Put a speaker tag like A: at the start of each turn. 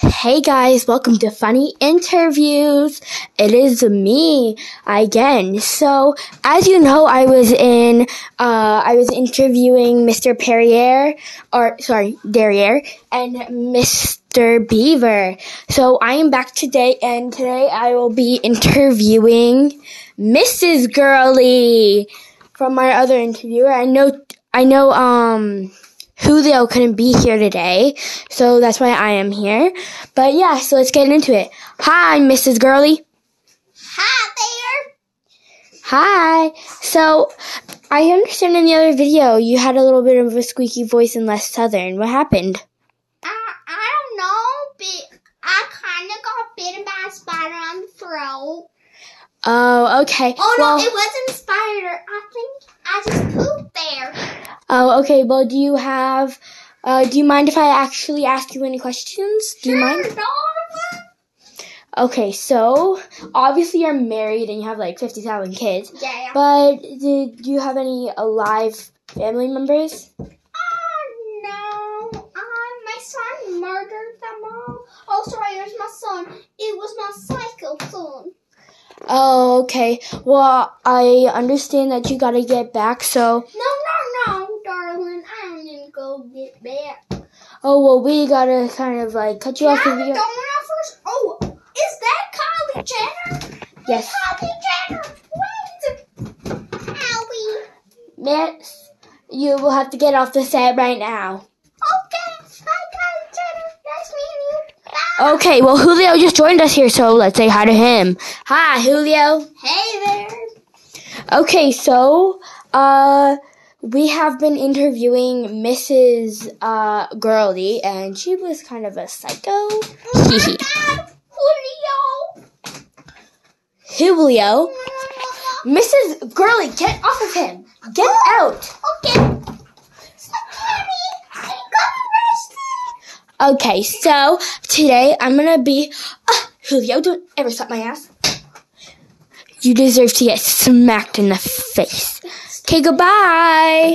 A: Hey guys, welcome to Funny Interviews. It is me again. So, as you know, I was in, uh, I was interviewing Mr. Perrier, or sorry, Derriere, and Mr. Beaver. So I am back today, and today I will be interviewing Mrs. Gurley from my other interviewer. I know, I know, um, Julio couldn't be here today, so that's why I am here. But yeah, so let's get into it. Hi, Mrs. Gurley.
B: Hi
A: Hi. So I understand in the other video you had a little bit of a squeaky voice and less southern. What happened?
B: there. I, I don't know, but I kind of got bitten by a spider on the throat.
A: Oh, okay.
B: Oh
A: well,
B: no, it wasn't a spider. I think I just pooped there.
A: oh, okay. Well, do you have? Uh, do you mind if I actually ask you any questions? Do you mind?
B: Sure, Darwin.
A: Okay, so obviously you're married and you have like fifty thousand kids.
B: Yeah.
A: But did you have any alive family members?
B: oh no, um, my son murdered them all. Oh, sorry, it was my son. It was my psycho son.
A: Oh, okay. Well, I understand that you gotta get back, so.
B: No, no, no, darling. I don't need to go get back.
A: Oh, well, we gotta kind of like cut you
B: Can I
A: off.
B: have a
A: If
B: donut
A: you
B: first? Oh, is that Kylie Jenner?
A: Yes.
B: Kylie Jenner, wait. Owie.
A: miss, you will have to get off the set right now.
B: Okay. Bye, Kylie Jenner. Nice meeting you. Bye.
A: Okay, well, Julio just joined us here, so let's say hi to him. Hi, Julio.
B: Hey there.
A: Okay, so, uh, we have been interviewing Mrs. Uh, Gurley, and she was kind of a psycho. Hee hee.
B: Oh My bad,
A: Julio.
B: Julio.
A: Mrs. Gurley, get off of him. Get out.
B: Okay. So, Kenny, I got
A: Okay, so today I'm gonna be. Uh, Julio, don't ever slap my ass. You deserve to get smacked in the face. Okay, goodbye.